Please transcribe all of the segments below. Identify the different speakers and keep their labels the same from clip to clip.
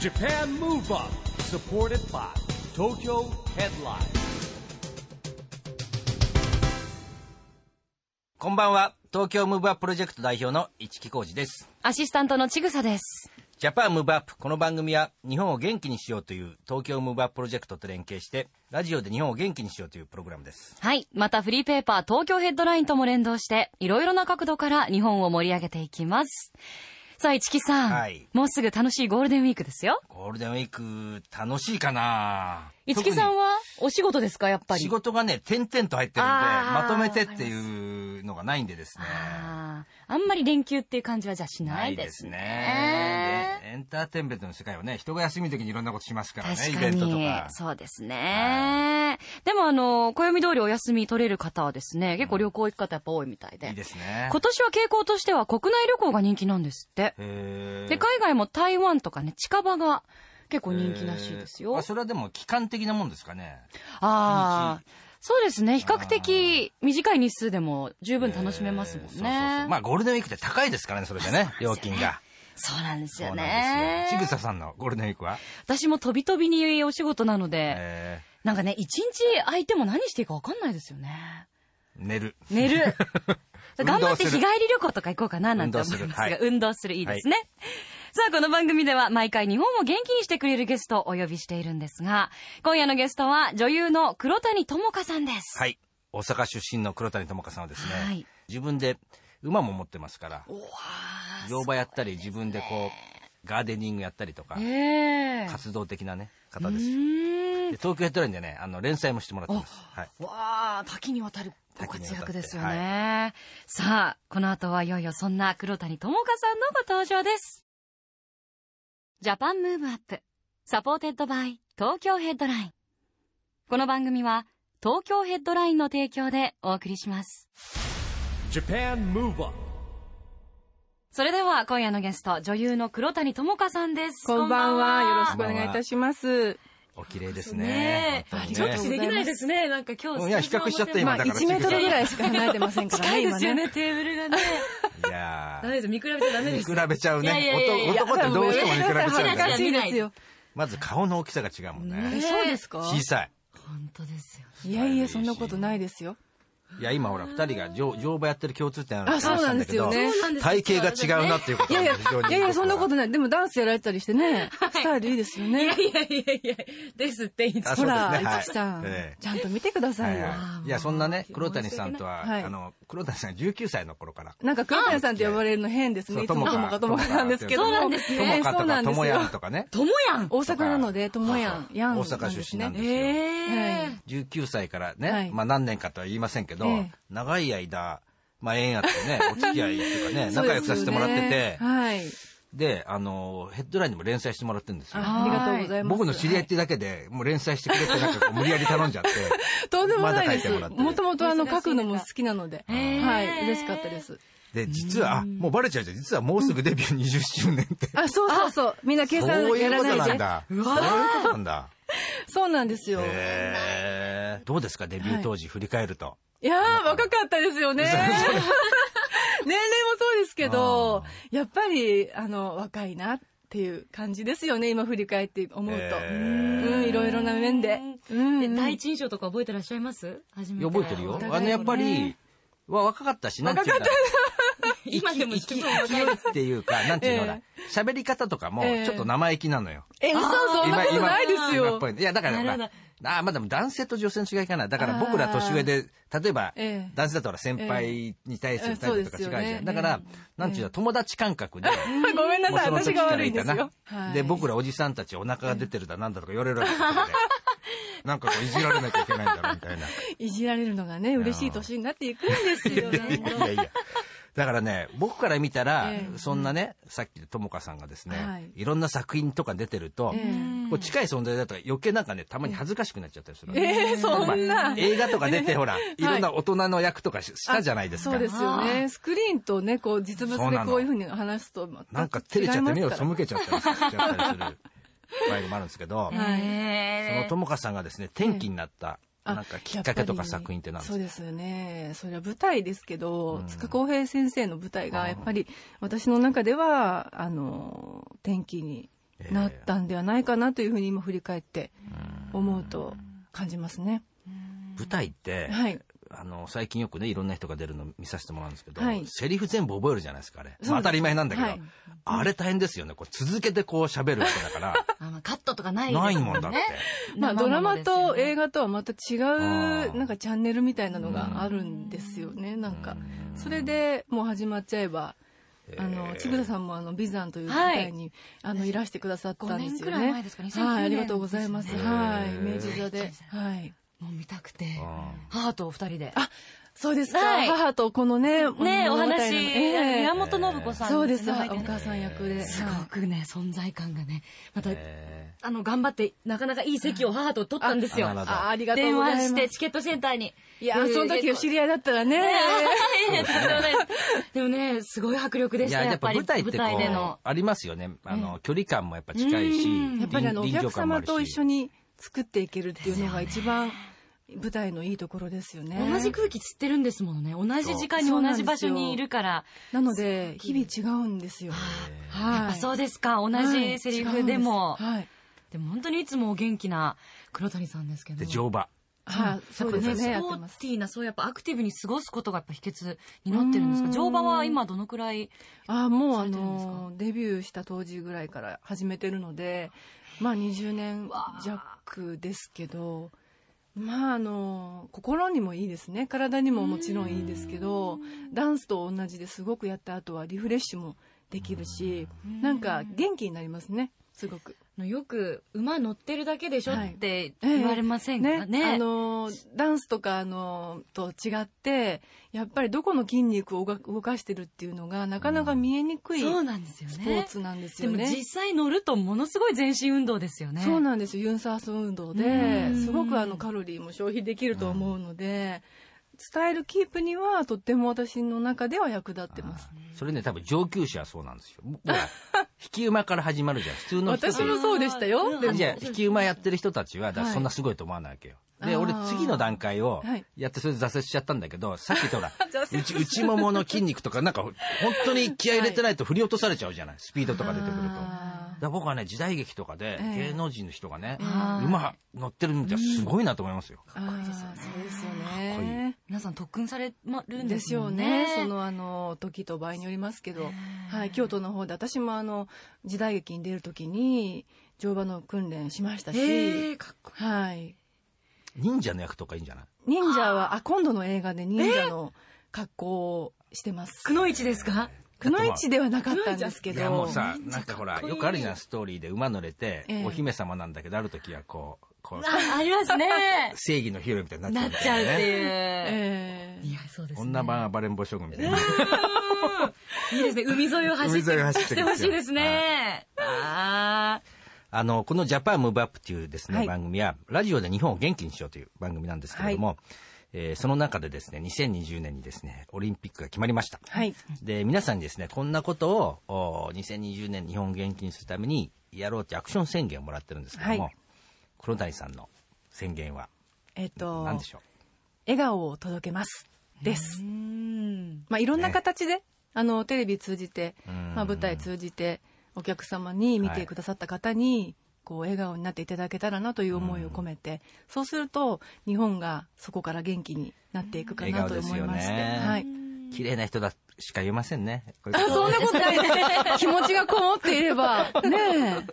Speaker 1: Japan Move Up supported by Tokyo Headline
Speaker 2: こんばんは東京ムーブアッププロジェクト代表の市木浩司です
Speaker 3: アシスタントのちぐさです。
Speaker 2: ジャパンムーブアップこの番組は日本を元気にしようという東京ムーブアッププロジェクトと連携してラジオで日本を元気にしようというプログラムです
Speaker 3: はい。またフリーペーパー東京ヘッドラインとも連動して、いろいろな角度から日本を盛り上げていきます。さあ、市木さん。
Speaker 2: はい
Speaker 3: もうすぐ楽しいゴールデンウィークですよ。
Speaker 2: ゴールデンウィーク楽しいかな
Speaker 3: 市木さん
Speaker 2: は
Speaker 3: はお仕事ですか、やっぱり。
Speaker 2: 仕事がね点々と入ってるんで
Speaker 3: あー
Speaker 2: まとめてっていうのがないんでですね
Speaker 3: あーあんまり連休っていう感じはじゃあしないですね。
Speaker 2: ないですねでエンターテインメントの世界はね人が休みの時にいろんなことしますからねイベントとか
Speaker 3: そうですね。でもあの、暦通りお休み取れる方はですね、結構旅行行く方やっぱ多いみたいで。
Speaker 2: いいですね
Speaker 3: 今年は傾向としては国内旅行が人気なんですって。
Speaker 2: へー
Speaker 3: で、海外も台湾とかね、近場が結構人気らしいで
Speaker 2: え
Speaker 3: す
Speaker 2: ー
Speaker 3: よ
Speaker 2: あ。それはでも期間的なもんですかね
Speaker 3: ああ。そうですね。比較的短い日数でも十分楽しめますもん
Speaker 2: えーそうそうそう
Speaker 3: ね。
Speaker 2: まあゴールデンウィークって高いですからねそれでね料金が
Speaker 3: そうなんです
Speaker 2: そ
Speaker 3: よ
Speaker 2: うなんで
Speaker 3: ね
Speaker 2: す。よちぐささんのゴールデンウィークは
Speaker 3: 私も飛び飛びにお仕事なので、
Speaker 2: え
Speaker 3: なんかね、一日空いても何していいか分かんないですよね。
Speaker 2: ー寝る
Speaker 3: 寝る。
Speaker 2: 運動する
Speaker 3: 頑張って日帰り旅行とか行こうかななんて思います
Speaker 2: 運
Speaker 3: が
Speaker 2: 動するはい、
Speaker 3: 運動するいいですね。さあ、この番組では毎回日本を元気にしてくれるゲストをお呼びしているんですが、今夜のゲストは女優の黒谷友香さんです。
Speaker 2: はい大阪出身の黒谷友香さんはですね、
Speaker 3: はい
Speaker 2: 自分で馬も持ってますから
Speaker 3: うわー
Speaker 2: 乗馬やったり自分でこうガーデニングやったりとか、
Speaker 3: ええ
Speaker 2: 活動的なね方
Speaker 3: う
Speaker 2: ですで
Speaker 3: ーん。
Speaker 2: 東京ヘッドラインでねあの連載もしてもらってます、はい、
Speaker 3: わあ、多岐にわたるご
Speaker 2: 多岐に
Speaker 3: 活
Speaker 2: わたって
Speaker 3: 躍ですよね。さあ、この後はいよいよそんな黒谷友香さんのご登場です。ジャパンムーブアップ、サポーテッドバイ東京ヘッドライン。この番組は東京ヘッドラインの提供でお送りします。
Speaker 1: Japan Move Up
Speaker 3: それでは今夜のゲスト、女優の黒谷友香さんです。
Speaker 4: こんばんは。よろし
Speaker 3: く
Speaker 4: くお願いいたします。
Speaker 2: お綺麗ですね
Speaker 3: ね
Speaker 2: 本当に
Speaker 3: え。直視できないですね。なんか今
Speaker 2: う
Speaker 3: 日。
Speaker 2: んいや比較しちゃった今
Speaker 4: まあ、
Speaker 2: だから
Speaker 4: 1メートルぐらいしか離れてませんか ら
Speaker 3: 近
Speaker 4: ね、
Speaker 3: いで
Speaker 4: 今
Speaker 3: すよ。ね、テーブルがね。
Speaker 2: いや
Speaker 3: ダメ
Speaker 2: ー
Speaker 3: です。見比べちゃダメで
Speaker 2: 見
Speaker 3: す。
Speaker 2: 比べちゃうね
Speaker 3: いやいやいやいや
Speaker 2: 男ってどうしても見比べちゃう
Speaker 3: いやいやいやい
Speaker 2: か
Speaker 3: や
Speaker 2: ら
Speaker 3: いや
Speaker 4: しいですよ。
Speaker 2: まず顔の大きさが違うもんね
Speaker 3: ね
Speaker 4: えそうですか
Speaker 2: 小さい
Speaker 3: 本当ですよね。
Speaker 4: いやいや、そんなことないですよ。
Speaker 2: いや今ほら二人が乗乗馬やってる共通点あるって
Speaker 4: あ
Speaker 2: 話
Speaker 4: そう
Speaker 2: な
Speaker 4: なんん
Speaker 2: だ
Speaker 4: で
Speaker 2: け
Speaker 4: す
Speaker 2: ど
Speaker 4: よね
Speaker 2: 体型が違うなっていうこと
Speaker 4: いやいや、
Speaker 2: 非常に
Speaker 4: いやいや、そんなことない。でもダンスやられたりしてね、スタイルいいですよ
Speaker 3: い
Speaker 4: ね。
Speaker 3: やいやいやいや、ですって言っ
Speaker 2: あ
Speaker 3: て
Speaker 2: そうですね
Speaker 4: ほら、
Speaker 2: はい
Speaker 4: 市木さん
Speaker 2: ええ、
Speaker 4: ちゃんと見てくださ
Speaker 2: はいい
Speaker 4: よ。
Speaker 2: はいいやそんなね黒谷さんとは、
Speaker 4: はい
Speaker 2: あの黒谷さん19歳の頃から
Speaker 4: なんか、黒谷さんって呼ばれるの変です
Speaker 2: そ
Speaker 4: ね。
Speaker 2: う
Speaker 4: いつ
Speaker 2: 友
Speaker 4: もと
Speaker 2: 香
Speaker 4: もかともかなんですけど。
Speaker 3: そうなんですね
Speaker 2: 友香
Speaker 4: そ
Speaker 2: と
Speaker 4: うな
Speaker 2: か
Speaker 4: んです
Speaker 2: 友やん
Speaker 4: よ。
Speaker 2: とかね
Speaker 3: ともやん
Speaker 4: 大阪なので、ともやん、やん。
Speaker 2: 大阪出身なん
Speaker 4: で
Speaker 2: ですす
Speaker 4: ね。
Speaker 2: よ、
Speaker 3: ええ。
Speaker 2: 19歳からね、
Speaker 4: はい
Speaker 2: まあ何年かとは言いませんけど、
Speaker 4: ええ
Speaker 2: 長い間、まあ縁あって ね、お付き合いっていうかね、
Speaker 4: そう
Speaker 2: 仲
Speaker 4: ですよね
Speaker 2: 良くさせてもらってて、
Speaker 4: はい。
Speaker 2: で、あの、ヘッドラインにも連載してもらってるんですよ。
Speaker 4: あありがとうございます。
Speaker 2: 僕の知り合いってだけで、もう連載してくれってなんかこう無理やり頼んじゃって。
Speaker 4: とんでもな
Speaker 2: ま
Speaker 4: いで
Speaker 2: だ書いて
Speaker 4: す。
Speaker 2: もらってる
Speaker 4: もともとあの書くのも好きなので、
Speaker 3: へー
Speaker 4: はい、嬉しかったです。
Speaker 2: で、実は、あもうバレちゃうじゃん。実はもうすぐデビュー20周年って。
Speaker 4: あ、そうそうそう。みんな計算
Speaker 2: そうい
Speaker 4: や
Speaker 2: う
Speaker 4: ら
Speaker 2: こと
Speaker 4: な
Speaker 2: ないん
Speaker 4: で。
Speaker 2: だ。そういうことなんだ。
Speaker 4: そうなんですよ。
Speaker 2: へーどうですか、デビュー当時振り返ると。
Speaker 4: いやー、若かったです よね。年齢もそうですけど、やっぱり、あの、若いなっていう感じですよね、今振り返って思うと。
Speaker 2: へ
Speaker 4: うん、いろいろな面で。うん
Speaker 3: で第一印象とか覚えてらっしゃいます初め
Speaker 2: い
Speaker 3: て。
Speaker 2: や覚えてるよ
Speaker 4: お。互い
Speaker 2: あの、やっぱ
Speaker 4: も
Speaker 2: り、わ若かったし、なんていうか。
Speaker 3: 今でも
Speaker 2: 勢
Speaker 3: 一
Speaker 2: い
Speaker 3: 番若いです。
Speaker 2: っていうか、なんていうのほら
Speaker 4: え、
Speaker 2: 喋り方とかも
Speaker 4: ええ
Speaker 2: ちょっと生意気なのよ。
Speaker 4: え、嘘、そんなことないです
Speaker 2: 今っ
Speaker 4: よ。
Speaker 2: ぽいいや、だからほら、
Speaker 3: なるほ
Speaker 2: ああ、まあでも男性と女性の違いかな。だから僕ら年上で、例えば、
Speaker 4: ええ
Speaker 2: 男性だとほら先輩に対する態度とか違うじゃん。
Speaker 4: ええそうですよね
Speaker 2: だから、
Speaker 4: え
Speaker 2: なんていうの、友達感覚で、
Speaker 4: ごめんな
Speaker 2: もう
Speaker 4: さい、
Speaker 2: その
Speaker 4: 私
Speaker 2: 時
Speaker 4: が
Speaker 2: から
Speaker 4: 悪い
Speaker 2: い
Speaker 4: んで
Speaker 2: た
Speaker 4: す
Speaker 2: な
Speaker 4: よ。はい
Speaker 2: で、僕らおじさんたちお腹が出てるだなんだとか言われるわけですよここでなんかこういじられなきゃいけないんだろうみたいな。
Speaker 4: いじられるのがね、嬉しい年になっていくんですよ。
Speaker 2: いやいや。だからね、僕から見たら、
Speaker 4: ええ
Speaker 2: そんなね、さっきともかさんがですね、
Speaker 4: はい
Speaker 2: い、ろんな作品とか出てると、
Speaker 4: え
Speaker 2: こう近い存在だと余計なんかね、たまに恥ずかしくなっちゃったりするわけ。
Speaker 4: えー、そんな。
Speaker 2: 映画とか出て、ほら、いろんな大人の役とかししたじゃないですか。
Speaker 4: そうですよね。スクリーンとね、こう実物でこういうふうに話すと、
Speaker 2: なんか照れちゃって目を背
Speaker 4: む。
Speaker 2: けちゃったりしちゃったりする 場合もあるんですけど、
Speaker 4: はい
Speaker 2: そのともかさんがですね、転機になった、
Speaker 4: あ
Speaker 2: なんかきっかけとか作品って何ですか
Speaker 4: そうですよね。それは舞台ですけど、塚公平先生の舞台が、やっぱり私の中では、あの、転機になったんではないかなというふうに今振り返って思うと感じますね。
Speaker 2: 舞台って、
Speaker 4: はい。
Speaker 2: あの最近よくねいろんな人が出るの見させてもらうんですけど、
Speaker 4: はい
Speaker 2: セリフ全部覚えるじゃないですかあれ、
Speaker 4: です
Speaker 2: まあ当たり前なんだけど、
Speaker 4: はい
Speaker 2: あれ大変ですよねこう続けてこう喋るわけだか
Speaker 3: あまあカットとかない
Speaker 2: ら
Speaker 3: です
Speaker 2: ないもんだって
Speaker 3: ね。
Speaker 4: まあドラマと映
Speaker 3: 画
Speaker 4: 画とはまた違
Speaker 2: あー
Speaker 4: うなんかチャンネルみたいなのがあるんですよね。なんかそれでもう始まっちゃえば。あの千草さんもあの美山という舞台に、あのいらしてくださった
Speaker 3: 5
Speaker 4: んで
Speaker 3: 年
Speaker 4: す
Speaker 3: く
Speaker 4: よ
Speaker 3: らい前
Speaker 4: ね
Speaker 3: で。すかね。
Speaker 4: はい、あ
Speaker 3: 2009
Speaker 4: りがとうございます。
Speaker 3: ですね
Speaker 4: はい、
Speaker 2: へー
Speaker 4: 明治座で、はい。
Speaker 3: もう見たくて、
Speaker 2: うん
Speaker 3: 母とお二人で。
Speaker 4: そうですか。
Speaker 3: はい
Speaker 4: 母とこのね、
Speaker 3: ねお
Speaker 4: 物語の
Speaker 3: 話、
Speaker 4: ええ
Speaker 3: 宮本信子さん
Speaker 4: そうです。お
Speaker 3: 入ってて
Speaker 4: 母さん役で。
Speaker 3: すごくね、存在感がね、また、
Speaker 2: え
Speaker 3: あの、頑張って、なかなかいい席を母と取ったんですよ。
Speaker 2: あなるほど
Speaker 4: あありがとう
Speaker 3: 電
Speaker 4: ございま
Speaker 3: 話し
Speaker 4: す。
Speaker 3: て、チケットセンターに。
Speaker 4: いや、その時お知り合いだったらね。
Speaker 3: いやとんでもないですでもね、すごい迫力
Speaker 2: ー
Speaker 3: で
Speaker 2: い
Speaker 3: した、
Speaker 2: や
Speaker 3: や
Speaker 2: や
Speaker 3: っ
Speaker 2: っ
Speaker 3: ぱ
Speaker 2: ぱ
Speaker 3: り。
Speaker 2: 舞台ってこ
Speaker 3: 舞台での
Speaker 2: う。ありますよねあの距離感もやっぱ近いし
Speaker 3: うん
Speaker 4: やっぱりあの、お
Speaker 2: 臨
Speaker 4: 客
Speaker 2: 場感もあ
Speaker 4: 様
Speaker 2: るし
Speaker 4: と一緒に作っていけるっていうのが一番舞台のいいところですよね。
Speaker 3: 同じ空気吸ってるんですものね。同じ時間に
Speaker 4: そ
Speaker 3: 同
Speaker 4: う
Speaker 3: じ場所にいるから。
Speaker 4: なので、日々違うんですよ。
Speaker 3: あ、
Speaker 4: はい。
Speaker 3: そうですか。同じセリフでも。
Speaker 4: はい違うんです。
Speaker 3: でも本当にいつもお元気な黒谷さんですけど。
Speaker 2: で乗馬
Speaker 4: はい。はい、そうですね。
Speaker 3: や
Speaker 4: や
Speaker 3: っぱ
Speaker 4: って
Speaker 3: スポ
Speaker 4: ま
Speaker 3: ー
Speaker 4: す。
Speaker 3: ティーな、そうやっぱアクティブに過ごすことがやっぱ秘訣になってるんですか
Speaker 4: うん
Speaker 3: 乗馬は今どのくらい
Speaker 4: あもう
Speaker 3: さ
Speaker 4: あ
Speaker 3: れてるんですか
Speaker 4: のデビューした当時ぐらいから始めてるのでまあ20年
Speaker 3: わあ
Speaker 4: 弱ですけどまああの心にもいいですね体にももちろんいいですけどダンスと同じですごくやった後はリフレッシュもできるしなんか元気になりますねすごく。
Speaker 3: のよく馬乗ってるだけでしょ
Speaker 4: はい
Speaker 3: って
Speaker 4: ええ
Speaker 3: 言われませんかね。
Speaker 4: ねあのダンスとかあのと違ってやっぱりどこの筋肉を動か動かしてるっていうのがなかなか見えにくい
Speaker 3: そうなんですよね。
Speaker 4: スポーツなんです
Speaker 3: で
Speaker 4: よ
Speaker 3: も
Speaker 4: ね。
Speaker 3: 実際乗るとものすごい全身運動ですよね。
Speaker 4: そうなんですよユンサース運動
Speaker 3: う
Speaker 4: で
Speaker 3: ん
Speaker 4: すごくあのカロリーも消費できると思うので伝えるキープにはとっても私の中では役立ってます
Speaker 2: それね多分上級者はそうなんですよ僕は引き馬から始まるじゃん普通の人
Speaker 4: 私もそうでした
Speaker 3: うん
Speaker 4: よで
Speaker 3: あ
Speaker 4: も
Speaker 2: じゃあ引き馬やってる人たちはだからそんなすごいと思わないわけよ、で
Speaker 4: あー
Speaker 2: 俺次の段階を
Speaker 4: はい
Speaker 2: やってそれで挫折しちゃったんだけどさっき言ったほら内内ももの筋肉とかなんか本当に気合い入れてないと振り落とされちゃうじゃないスピードとか出てくるとだか
Speaker 4: あ
Speaker 2: ら僕はね時代劇とかで
Speaker 4: ええ
Speaker 2: 芸能人の人がね、
Speaker 3: はい
Speaker 2: 馬乗ってるみたいすごいなと思いますよ、
Speaker 4: ーあーそうですよ
Speaker 2: かっこ
Speaker 4: ね
Speaker 3: 皆さん特訓されまるんで
Speaker 4: ですす
Speaker 3: よ
Speaker 4: よ
Speaker 3: ね。
Speaker 4: ねそのあの時と場合によりますけど、はい、京都の方で私もあの時代劇に出る時に乗馬の訓練しましたし、
Speaker 3: へえかっこ
Speaker 4: はい、
Speaker 2: 忍者の役とかいいんじゃない
Speaker 4: 忍者はあ今度の映画で忍者の格好をしてます。
Speaker 3: くのいちですか
Speaker 4: くのいちではなかったんですけ
Speaker 2: い
Speaker 4: ど。
Speaker 2: やもうさなんかほら
Speaker 3: かっこいい
Speaker 2: よくあるじゃんストーリーで馬乗れて、
Speaker 4: ええ
Speaker 2: お姫様なんだけどある時はこうこう。
Speaker 3: あ、ありますね
Speaker 2: 正義のヒーローみたいになっちゃう
Speaker 3: なっ
Speaker 2: みた
Speaker 3: ちゃうっ
Speaker 2: いな
Speaker 3: て
Speaker 2: ね
Speaker 3: いう。
Speaker 4: ええ
Speaker 3: いや、そうですね。
Speaker 2: 女版暴れん坊将軍みたいな。
Speaker 3: いいですね。海沿いを走って。
Speaker 2: 海沿いを走って
Speaker 3: してほしいですね。あ
Speaker 2: あの、このジャパンムーブアップっていうですね、
Speaker 4: はい
Speaker 2: 番組は、ラジオで日本を元気にしようという番組なんですけれども、えーその中でですね、2020年にですね、オリンピックが決まりました。
Speaker 4: はい。
Speaker 2: で、皆さんにですね、こんなことを、お2020年日本を元気にするためにやろうってアクション宣言をもらってるんですけども、
Speaker 4: はい
Speaker 2: 黒谷さんの宣言は
Speaker 4: えっと、
Speaker 2: 何でしょ
Speaker 4: 笑顔を届けます。で
Speaker 3: ー
Speaker 4: す。
Speaker 3: うん。
Speaker 4: まあ、いろんな形で、あの、テレビ通じて、
Speaker 2: うん
Speaker 4: まあ、舞台通じて、お客様に見てくださった方に、こう、笑顔になっていただけたらなという思いを込めて、そうすると、日本がそこから元気になっていくかなと思いまして、
Speaker 2: 笑顔ですよね
Speaker 4: はい。
Speaker 2: う綺麗な人だしか言えませんね。こういう
Speaker 4: あ
Speaker 2: こと
Speaker 4: そんなことないです。 気持ちがこもっていれば、ねえ。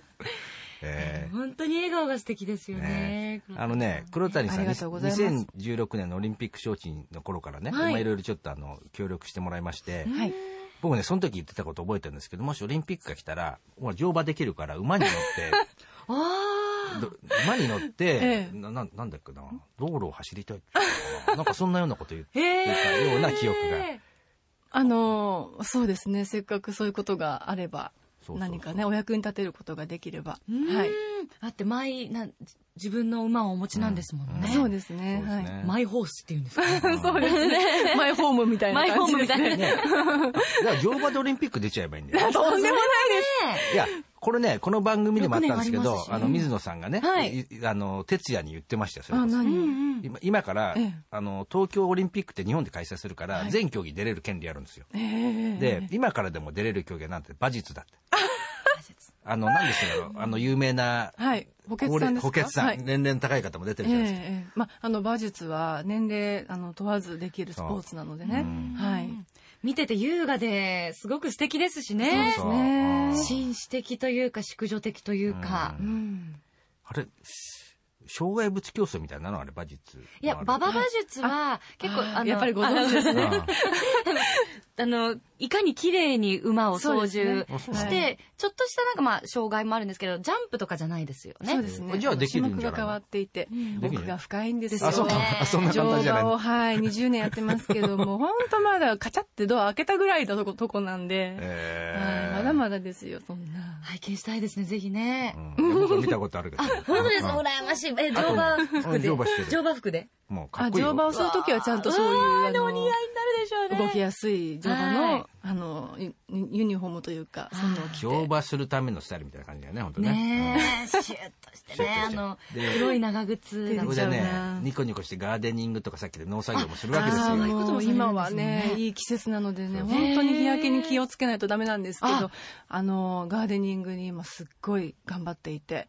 Speaker 2: えー
Speaker 3: 本当に笑顔が素敵ですよね
Speaker 2: ね。あのね、黒谷さん、
Speaker 4: ありがとうございます
Speaker 2: 2016年のオリンピック招致の頃からね、
Speaker 3: はい
Speaker 2: 今いろいろちょっとあの、協力してもらいまして、
Speaker 4: はい。
Speaker 2: 僕ね、その時言ってたこと覚えてるんですけど、もしオリンピックが来たら、ほら乗馬できるから、馬に乗 って、
Speaker 3: あ
Speaker 2: ど馬に乗って、
Speaker 4: ええ
Speaker 2: な、ななんだっけな、道路を走りたいって言ったかななんかそんなようなこと言っ
Speaker 3: あ。
Speaker 2: て
Speaker 3: へ
Speaker 2: た
Speaker 3: え。
Speaker 2: ような記憶が。
Speaker 4: あのーそうですねせっかくそういうことがあれば
Speaker 2: そうそうそう
Speaker 4: 何かねお役に立てることができればは
Speaker 3: はいい。だって、マイ、な、自分の馬をお持ちなんですもんね。
Speaker 4: そうですね
Speaker 2: そうですね
Speaker 3: マイホースっていうん ですかね
Speaker 4: はいそうですねマイホームみたい
Speaker 3: マ
Speaker 4: な
Speaker 3: イホ
Speaker 4: 感
Speaker 3: ー
Speaker 4: じ
Speaker 3: ム
Speaker 4: で
Speaker 3: みた
Speaker 4: す
Speaker 3: いな
Speaker 4: ね
Speaker 3: ね。
Speaker 2: だから乗馬でオリンピック出ちゃえばいいんだよ。
Speaker 4: とんでもない
Speaker 2: いや、これね、この番組でもあったんですけ
Speaker 3: 六年あ
Speaker 2: ど、
Speaker 3: りますし
Speaker 2: あの、水野さんがね、
Speaker 3: はい
Speaker 2: いあの、哲也に言ってましたよ、それ
Speaker 4: あ
Speaker 2: こそ
Speaker 3: うん
Speaker 4: 何
Speaker 3: うん。
Speaker 2: 今今から、
Speaker 4: ええ
Speaker 2: あの東京オリンピックって日本で開催するから、全競技出れる権利あるんですよ、
Speaker 4: ええ
Speaker 2: で今からでも出れる競技はなんて馬術だってあの、何でしたろう、あの、有名な、
Speaker 4: はい、補欠さんです
Speaker 2: 高齢補
Speaker 4: か
Speaker 2: 欠さん、
Speaker 4: はい
Speaker 2: 年齢の高い方も出てるじゃないですか。
Speaker 4: ええええまああの馬術は年齢あの問わずできるスポーツなのでね
Speaker 2: うん
Speaker 4: はい
Speaker 3: 見てて優雅ですごく素敵ですしね
Speaker 2: そう
Speaker 4: ね
Speaker 2: そう
Speaker 3: 紳士的というか淑女的というか、
Speaker 2: う
Speaker 4: うん
Speaker 2: あれ、障害物競争みたいなのあれ、馬術。
Speaker 3: いや馬場馬術は結構
Speaker 4: あー
Speaker 3: あの
Speaker 4: やっぱりご存知ですね
Speaker 2: ああ
Speaker 3: あの、 いかに綺麗に馬を操縦
Speaker 2: そうですね
Speaker 3: して、
Speaker 4: はい
Speaker 3: ちょっとしたなんかまあ、障害もあるんですけど、ジャンプとかじゃないですよね。
Speaker 4: そうですね
Speaker 2: じゃあできるんじゃない
Speaker 4: 種目が変わっていて
Speaker 3: うん
Speaker 2: できる
Speaker 4: 奥が深いんですよ
Speaker 2: あ、そうか。あそんな
Speaker 4: 乗
Speaker 2: 簡単じゃない
Speaker 4: 馬 を、はい、20年やってますけども、本当まだカチャってドア開けたぐらいのとことこなんで、
Speaker 2: え
Speaker 4: はい、まだまだですよ、そんな。
Speaker 3: 拝見したいですね、ぜひね。
Speaker 2: だ。うん僕は見たことあるけど。
Speaker 3: あ、 本当です、羨ましい。え、乗馬服
Speaker 2: うん
Speaker 3: で。
Speaker 2: 乗馬してる
Speaker 3: 乗馬服で。
Speaker 2: もうか
Speaker 4: あ、
Speaker 2: っこいいよ。
Speaker 4: 乗馬をするときはちゃんとそういう、あ
Speaker 3: でも似合いに
Speaker 4: の、
Speaker 3: なるでしょうね。
Speaker 4: 動きやすい乗馬の、
Speaker 3: はい
Speaker 4: あの、ユユニフォームというか、そんなのを着て。
Speaker 2: 乗馬するためのスタイルみたいな感じだよね、本当
Speaker 3: ね
Speaker 2: ね。
Speaker 3: え、シュッとしてね、あの、
Speaker 2: で
Speaker 3: 黒い長靴
Speaker 2: う
Speaker 3: だ
Speaker 2: んそ
Speaker 3: と
Speaker 2: れでね
Speaker 4: 出ちゃうな、
Speaker 2: ニコニコしてガーデニングとかさっきで農作業もするわけですよ
Speaker 4: ああ。
Speaker 3: そういうこと
Speaker 4: も
Speaker 3: もされるんで
Speaker 4: う
Speaker 3: すね
Speaker 4: 今はねいい季節なのでね
Speaker 2: そう
Speaker 3: そう
Speaker 4: 本当に日焼けに気をつけないとダメなんですけ
Speaker 3: あ
Speaker 4: どあのガーデニングに今すっごい頑張っていて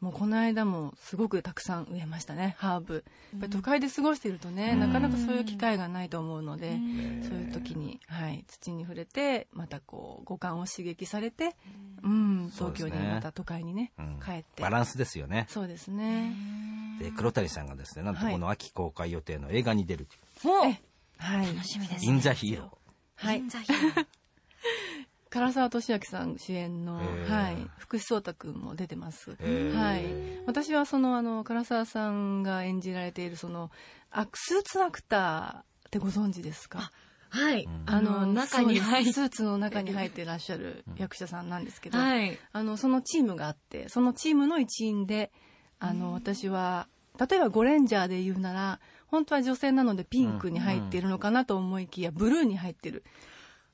Speaker 4: もうこの間もすごくたくさん植えましたねハーブやっぱり都会で過ごしてるとね、
Speaker 2: うん
Speaker 4: なかなかそういう機会がないと思うの
Speaker 3: う
Speaker 4: で、
Speaker 3: ん
Speaker 4: そういう時に、はい、土に触れてまたこう五感を刺激されて、うん
Speaker 2: そう
Speaker 4: 東
Speaker 2: です
Speaker 4: 京
Speaker 2: ね
Speaker 4: にまた都会にね、
Speaker 2: うん
Speaker 4: 帰って
Speaker 2: バランスですよね。
Speaker 4: そうですね、
Speaker 2: で、黒谷さんがですね、なんと
Speaker 4: はい
Speaker 2: この秋公開予定の映画に出るという。
Speaker 3: ほう
Speaker 4: えはい、
Speaker 3: 楽しみです。
Speaker 2: インザヒーロ
Speaker 4: はい
Speaker 3: 銀座ヒーロー
Speaker 4: 唐沢俊明さん主演の、
Speaker 2: へー
Speaker 4: はい、福士蒼太君も出てます、
Speaker 2: ー。
Speaker 4: はい
Speaker 2: え
Speaker 4: 私はそのあの唐沢さんが演じられているそのあスーツアクターってご存知ですか
Speaker 3: はい。
Speaker 2: ん
Speaker 3: あの、中に入
Speaker 4: そうです
Speaker 3: っ
Speaker 4: スーツの中に入ってらっしゃる役者さんなんですけ
Speaker 3: て。
Speaker 4: ど、
Speaker 3: はい。
Speaker 4: あのそのチームがあってそのチームの一員であの私は例えばゴレンジャーで言うなら本当は女性なのでピンクに入っているのかなと思いきやブルーに入ってる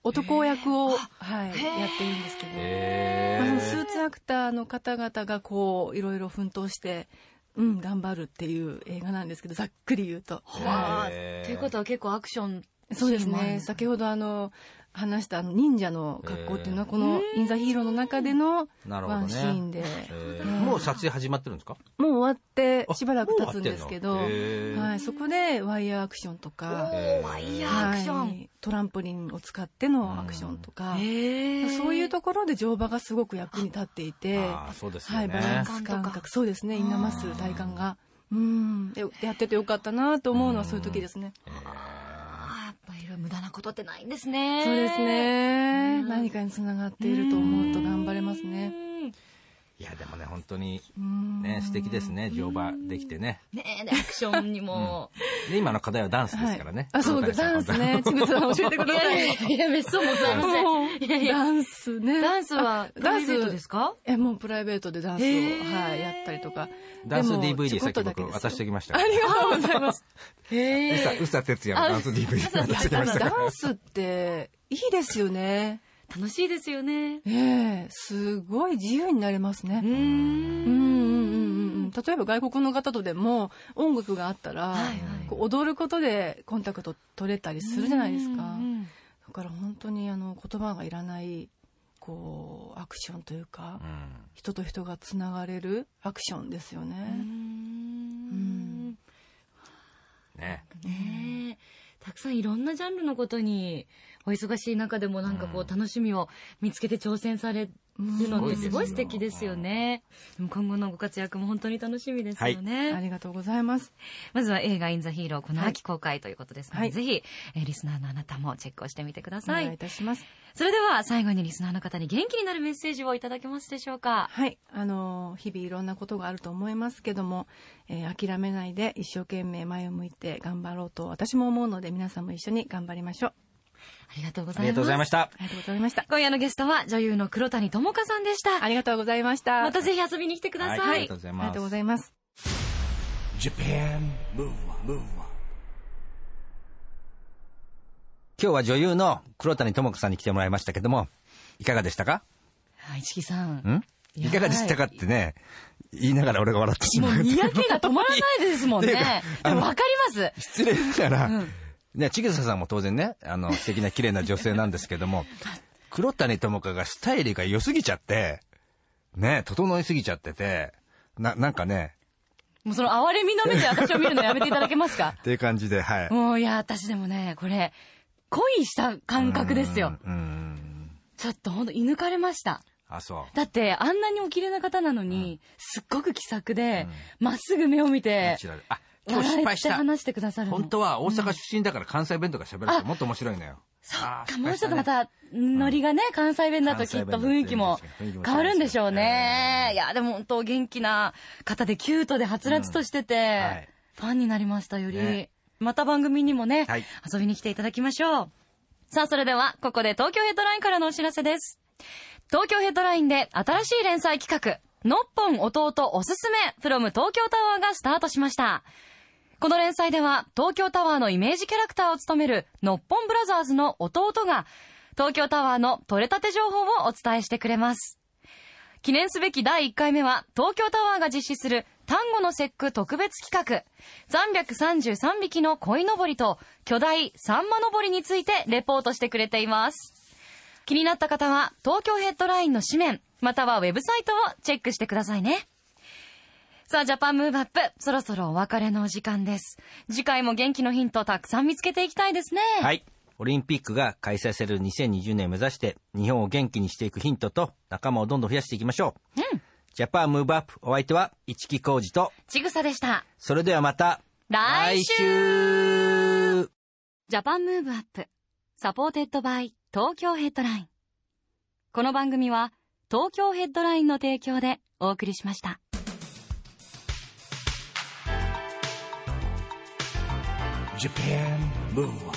Speaker 4: 男役を、はい、やってるんですけど。
Speaker 2: え
Speaker 4: まあ、そのスーツアクターの方々がこういろいろ奮闘して、うん、頑張るっていう映画なんですけどざっくり言うと。
Speaker 3: はあ。と
Speaker 2: へー
Speaker 3: いうことは結構アクション
Speaker 4: そうです
Speaker 3: シーンもある
Speaker 4: ね先ほどあの話したあの忍者の格好っていうのはこの「イン・ザ・ヒーロー」の中での
Speaker 2: なるほ
Speaker 4: ワ
Speaker 2: どね
Speaker 4: ンシーンで、
Speaker 2: えーもう撮影始まってるんですか
Speaker 4: もう終わって
Speaker 2: あ
Speaker 4: しばらく経つんですけ
Speaker 2: も
Speaker 4: ど
Speaker 2: う終わってんのへー
Speaker 4: はい、そこでワイヤーアクションとか、
Speaker 2: えー
Speaker 3: おーいやア
Speaker 4: は
Speaker 3: クション、
Speaker 4: い、トランポリンを使ってのアクションとか、
Speaker 3: ええ
Speaker 4: そういうところで乗馬がすごく役に立っていて。
Speaker 2: ああ、そうですよ
Speaker 4: はい、バラ
Speaker 2: ね
Speaker 4: ン。ス感
Speaker 3: 体幹と
Speaker 4: 覚そうですねインナーマッスル体感がうんでやっててよかったなと思うのはそういう時ですね
Speaker 3: あーやっぱいろいろ無駄なことってないんですね
Speaker 4: そうですね何かにつながっていると思うと頑張れます
Speaker 3: う
Speaker 4: ね
Speaker 3: ん
Speaker 2: いや、でもね、本当に
Speaker 4: うん
Speaker 2: ね、素敵ですね、乗馬できてね。
Speaker 3: ねえでアクションにも、
Speaker 2: で、今の課題はダンスですからね。
Speaker 4: はいあそう
Speaker 2: 黒
Speaker 4: か
Speaker 2: 谷さん
Speaker 4: ダンス ねちぐさん教えてく
Speaker 3: い
Speaker 4: だ
Speaker 3: や
Speaker 4: さ
Speaker 3: い やい
Speaker 4: い
Speaker 3: やめっそうもございませんいやいや
Speaker 4: ダンスね
Speaker 3: ダンスは
Speaker 4: あダンス
Speaker 3: プライベートですか
Speaker 4: えもうプライベートでダンスを、
Speaker 3: へー
Speaker 4: はい、やったりとか
Speaker 2: ダンス
Speaker 4: でもち
Speaker 2: DVD
Speaker 4: ょこ
Speaker 2: さ
Speaker 4: っ
Speaker 2: っき
Speaker 4: とだけ
Speaker 2: 僕
Speaker 4: です
Speaker 2: 渡しておきました
Speaker 4: あ
Speaker 2: から。
Speaker 4: りがとうござい ます
Speaker 3: へ
Speaker 2: うさ、うさ哲也のダンス DVD 渡してきましたから。
Speaker 4: ダンスっていいですよね
Speaker 3: 楽しいですよね
Speaker 4: ええすごい自由になれますね
Speaker 3: うー
Speaker 4: うんんうんうんうんうん例えば外国の方とでも音楽があったら、
Speaker 3: はいはい
Speaker 4: こう踊ることでコンタクト取れたりするじゃないですか
Speaker 3: うんうん
Speaker 4: だから本当にあの言葉がいらないこうアクションというか、
Speaker 2: うん
Speaker 4: 人と人がつながれるアクションですよ
Speaker 3: う
Speaker 4: ね、
Speaker 3: ん
Speaker 2: ね。
Speaker 3: ねえたくさんいろんなジャンルのことにお忙しい中でもなんかこ
Speaker 2: う
Speaker 3: う楽しみを見つけて挑戦されるのって
Speaker 2: うん
Speaker 3: すごい素敵ですよね。でも今後のご活躍も本当に楽しみですよね。
Speaker 4: ありがとうございます
Speaker 3: まずは映画インザヒーローこの秋公開ということですので、
Speaker 4: はい
Speaker 3: ぜひ、えーリスナーのあなたもチェックをしてみてくだ
Speaker 4: お
Speaker 3: さい。
Speaker 4: 願いいたします
Speaker 3: それでは最後にリスナーの方に元気になるメッセージをいただけますでしょうか。
Speaker 4: はいあの日々いろんなことがあると思いますけども、えー諦めないで一生懸命前を向いて頑張ろうと私も思うので皆さんも一緒に頑張りましょう
Speaker 3: ありがとうご
Speaker 2: あ
Speaker 3: ざ
Speaker 2: り
Speaker 3: い
Speaker 2: がとうご
Speaker 3: ます。
Speaker 2: ざいました。
Speaker 4: ありがとうございました
Speaker 3: 今夜のゲストは女優の黒谷友香さんでした。
Speaker 4: ありがとうございました。
Speaker 3: またぜひ遊びに来てください。
Speaker 2: はいありがとうござい
Speaker 4: ありが
Speaker 2: ます
Speaker 4: とう。ございます。
Speaker 1: Japan Move Up, Move Up.
Speaker 2: 今日は女優の黒谷智子さんに来てもらいましたけども、いかがでしたか
Speaker 3: はい、市木さん。
Speaker 2: んいかがでしたかってね、言いながら俺が笑ってしま
Speaker 3: もう
Speaker 2: う。
Speaker 3: 見分けが止まらないですもん
Speaker 2: っていうか
Speaker 3: ね。で
Speaker 2: あの
Speaker 3: もわかります。
Speaker 2: 失礼ながら、ね、ちぐささんも当然ね、あの、 素敵な綺麗な女性なんですけども、黒谷友香がスタイルが良すぎちゃって、
Speaker 5: ね、整いすぎちゃってて、な、なんかね、
Speaker 3: もうその哀れみの目で私を見るのやめていただけますか
Speaker 5: っていう感じで、はい。
Speaker 3: もういや、私でもね、これ、恋した感覚ですよ。
Speaker 5: うん。うん
Speaker 3: ちょっとほんと射抜かれました。
Speaker 5: あ、そう。
Speaker 3: だって、あんなにお綺麗な方なのに、すっごく気さくで、ま、っすぐ目を見て
Speaker 5: ナ、チュラルあ、今日失敗した。
Speaker 3: 笑って話してくださるの。
Speaker 5: 本当は大阪出身だから関西弁とか喋らせてもっと面白いのよ。
Speaker 3: そっ
Speaker 5: あ
Speaker 3: か
Speaker 5: ー、失
Speaker 3: もう
Speaker 5: 敗
Speaker 3: ち
Speaker 5: し
Speaker 3: ょったと
Speaker 5: ね
Speaker 3: また、ノリがね、関西弁だと
Speaker 5: 関
Speaker 3: き
Speaker 5: 西弁
Speaker 3: っと
Speaker 5: だと
Speaker 3: 雰囲気も
Speaker 5: 雰囲気も
Speaker 3: 変わるんでしょうね。
Speaker 5: え
Speaker 3: いや、でも本当お元気な方でキュートではつらつとしてて、
Speaker 5: んはい
Speaker 3: ファンになりましたより。
Speaker 5: ね
Speaker 3: また番組にもね、
Speaker 5: はい
Speaker 3: 遊びに来ていただきましょう。さあ、それでは、ここで東京ヘッドラインからのお知らせです。東京ヘッドラインで新しい連載企画、のっぽん弟おすすめ、from 東京タワーがスタートしました。この連載では、東京タワーのイメージキャラクターを務める、のっぽんブラザーズの弟が、東京タワーの取れたて情報をお伝えしてくれます。記念すべき第1回目は、東京タワーが実施する、単語の節句特別企画、333匹の鯉のぼりと、巨大サンマのぼりについてレポートしてくれています。気になった方は、東京ヘッドラインの紙面、またはウェブサイトをチェックしてくださいね。さあ、ジャパンムーブアップ、そろそろお別れのお時間です。次回も元気のヒントたくさん見つけていきたいですね。
Speaker 2: はい。オリンピックが開催される2020年を目指して、日本を元気にしていくヒントと、仲間をどんどん増やしていきましょう。
Speaker 3: うん
Speaker 2: ジャパンムーブアップ、お相手は、市木浩二と、
Speaker 3: ちぐさでした。
Speaker 2: それではまた、
Speaker 3: 来週
Speaker 2: 来週
Speaker 3: ジャパンムーブアップ、サポーテッドバイ東京ヘッドライン。この番組は、東京ヘッドラインの提供でお送りしました。
Speaker 1: Japan Move Up